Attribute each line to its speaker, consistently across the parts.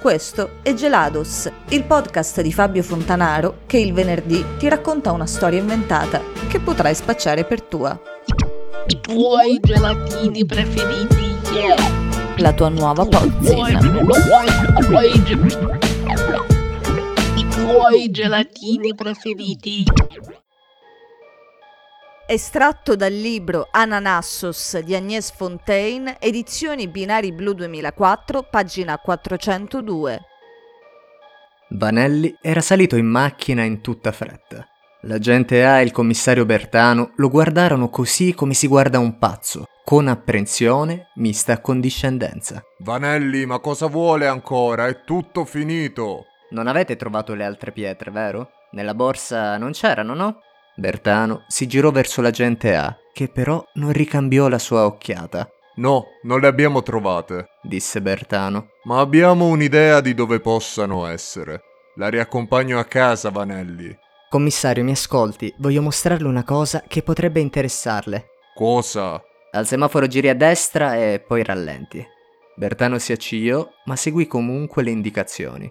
Speaker 1: Questo è Gelados, il podcast di Fabio Fontanaro che il venerdì ti racconta una storia inventata che potrai spacciare per tua.
Speaker 2: I tuoi gelatini preferiti. Yeah.
Speaker 1: La tua nuova
Speaker 2: Tuoi-
Speaker 1: pozzina.
Speaker 2: tuoi- tuoi ge- I tuoi gelatini preferiti.
Speaker 1: Estratto dal libro Ananassos di Agnès Fontaine, edizioni Binari Blu 2004, pagina 402.
Speaker 3: Vanelli era salito in macchina in tutta fretta. La gente A e il commissario Bertano lo guardarono così come si guarda un pazzo, con apprensione mista a condiscendenza.
Speaker 4: Vanelli, ma cosa vuole ancora? È tutto finito.
Speaker 3: Non avete trovato le altre pietre, vero? Nella borsa non c'erano, no? Bertano si girò verso la gente A, che però non ricambiò la sua occhiata.
Speaker 4: No, non le abbiamo trovate,
Speaker 3: Disse Bertano.
Speaker 4: ma abbiamo un'idea di dove possano essere. La riaccompagno a casa, Vanelli.
Speaker 3: Commissario, mi ascolti, voglio mostrarle una cosa che potrebbe interessarle.
Speaker 4: Cosa?
Speaker 3: Al semaforo giri a destra e poi rallenti. Bertano si accigliò, ma seguì comunque le indicazioni.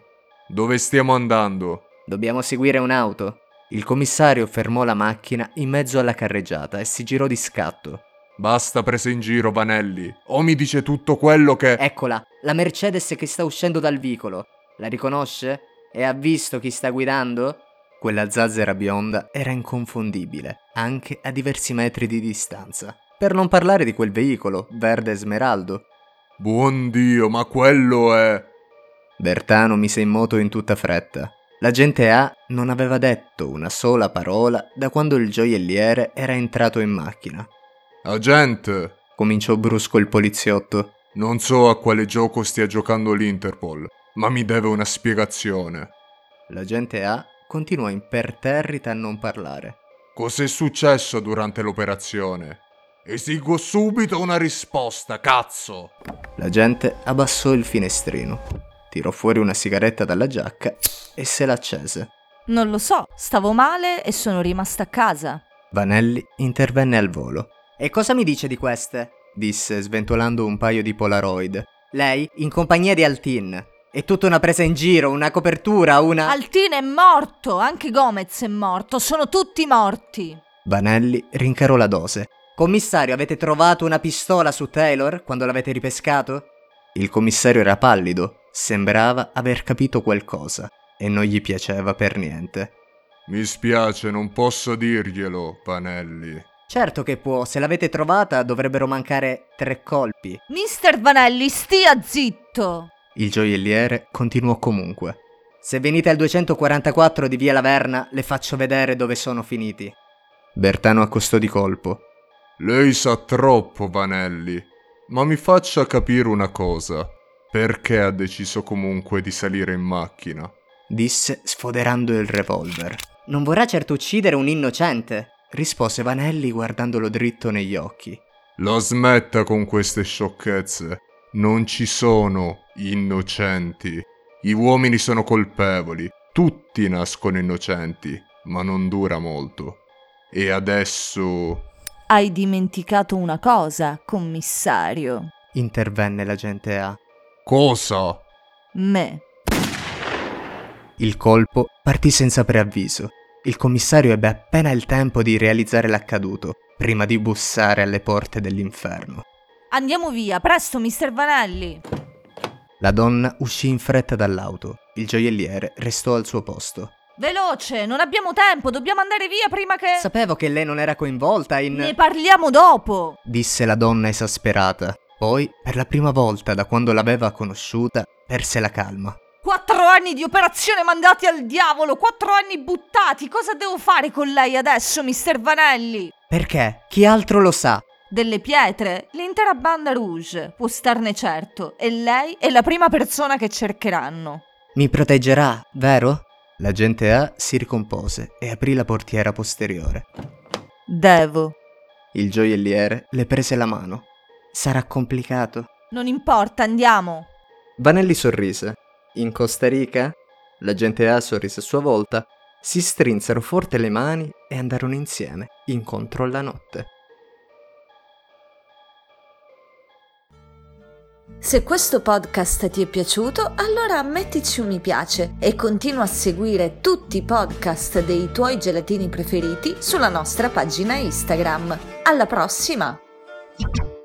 Speaker 4: Dove stiamo andando?
Speaker 3: Dobbiamo seguire un'auto. Il commissario fermò la macchina in mezzo alla carreggiata e si girò di scatto.
Speaker 4: Basta prese in giro, Vanelli. O mi dice tutto quello che...
Speaker 3: Eccola, la Mercedes che sta uscendo dal vicolo. La riconosce? E ha visto chi sta guidando? Quella zazzera bionda era inconfondibile, anche a diversi metri di distanza. Per non parlare di quel veicolo, verde smeraldo,
Speaker 4: Buon Dio, ma quello è...
Speaker 3: Bertano mise in moto in tutta fretta. La gente A non aveva detto una sola parola da quando il gioielliere era entrato in macchina.
Speaker 4: Agente!
Speaker 3: Cominciò brusco il poliziotto.
Speaker 4: Non so a quale gioco stia giocando l'Interpol, ma mi deve una spiegazione.
Speaker 3: La gente A continuò imperterrita a non parlare.
Speaker 4: Cos'è successo durante l'operazione? Esigo subito una risposta, cazzo!
Speaker 3: La gente abbassò il finestrino, tirò fuori una sigaretta dalla giacca e se l'accese.
Speaker 1: Non lo so, stavo male e sono rimasta a casa.
Speaker 3: Vanelli intervenne al volo. E cosa mi dice di queste? disse sventolando un paio di Polaroid. Lei in compagnia di Altin. È tutta una presa in giro, una copertura, una...
Speaker 1: Altino è morto, anche Gomez è morto, sono tutti morti.
Speaker 3: Vanelli rincarò la dose. Commissario, avete trovato una pistola su Taylor quando l'avete ripescato? Il commissario era pallido, sembrava aver capito qualcosa e non gli piaceva per niente.
Speaker 4: Mi spiace, non posso dirglielo, Panelli.
Speaker 3: Certo che può, se l'avete trovata dovrebbero mancare tre colpi.
Speaker 1: Mister Vanelli, stia zitto.
Speaker 3: Il gioielliere continuò comunque. Se venite al 244 di via Laverna, le faccio vedere dove sono finiti. Bertano accostò di colpo.
Speaker 4: Lei sa troppo, Vanelli. Ma mi faccia capire una cosa. Perché ha deciso comunque di salire in macchina?
Speaker 3: Disse sfoderando il revolver. Non vorrà certo uccidere un innocente, rispose Vanelli guardandolo dritto negli occhi.
Speaker 4: La smetta con queste sciocchezze. Non ci sono innocenti. Gli uomini sono colpevoli. Tutti nascono innocenti, ma non dura molto. E adesso...
Speaker 1: Hai dimenticato una cosa, commissario.
Speaker 3: Intervenne l'agente A.
Speaker 4: Cosa?
Speaker 1: Me.
Speaker 3: Il colpo partì senza preavviso. Il commissario ebbe appena il tempo di realizzare l'accaduto, prima di bussare alle porte dell'inferno.
Speaker 1: Andiamo via, presto, mister Vanelli.
Speaker 3: La donna uscì in fretta dall'auto. Il gioielliere restò al suo posto.
Speaker 1: Veloce, non abbiamo tempo, dobbiamo andare via prima che...
Speaker 3: Sapevo che lei non era coinvolta in...
Speaker 1: ne parliamo dopo.
Speaker 3: disse la donna esasperata. Poi, per la prima volta da quando l'aveva conosciuta, perse la calma.
Speaker 1: Quattro anni di operazione mandati al diavolo, quattro anni buttati. Cosa devo fare con lei adesso, mister Vanelli?
Speaker 3: Perché? Chi altro lo sa?
Speaker 1: Delle pietre? L'intera banda Rouge, può starne certo, e lei è la prima persona che cercheranno.
Speaker 3: Mi proteggerà, vero? L'agente A si ricompose e aprì la portiera posteriore.
Speaker 1: Devo.
Speaker 3: Il gioielliere le prese la mano. Sarà complicato.
Speaker 1: Non importa, andiamo.
Speaker 3: Vanelli sorrise. In Costa Rica? La gente A sorrise a sua volta. Si strinsero forte le mani e andarono insieme, incontro alla notte.
Speaker 1: Se questo podcast ti è piaciuto, allora mettici un mi piace e continua a seguire tutti i podcast dei tuoi gelatini preferiti sulla nostra pagina Instagram. Alla prossima!
Speaker 2: Thank you.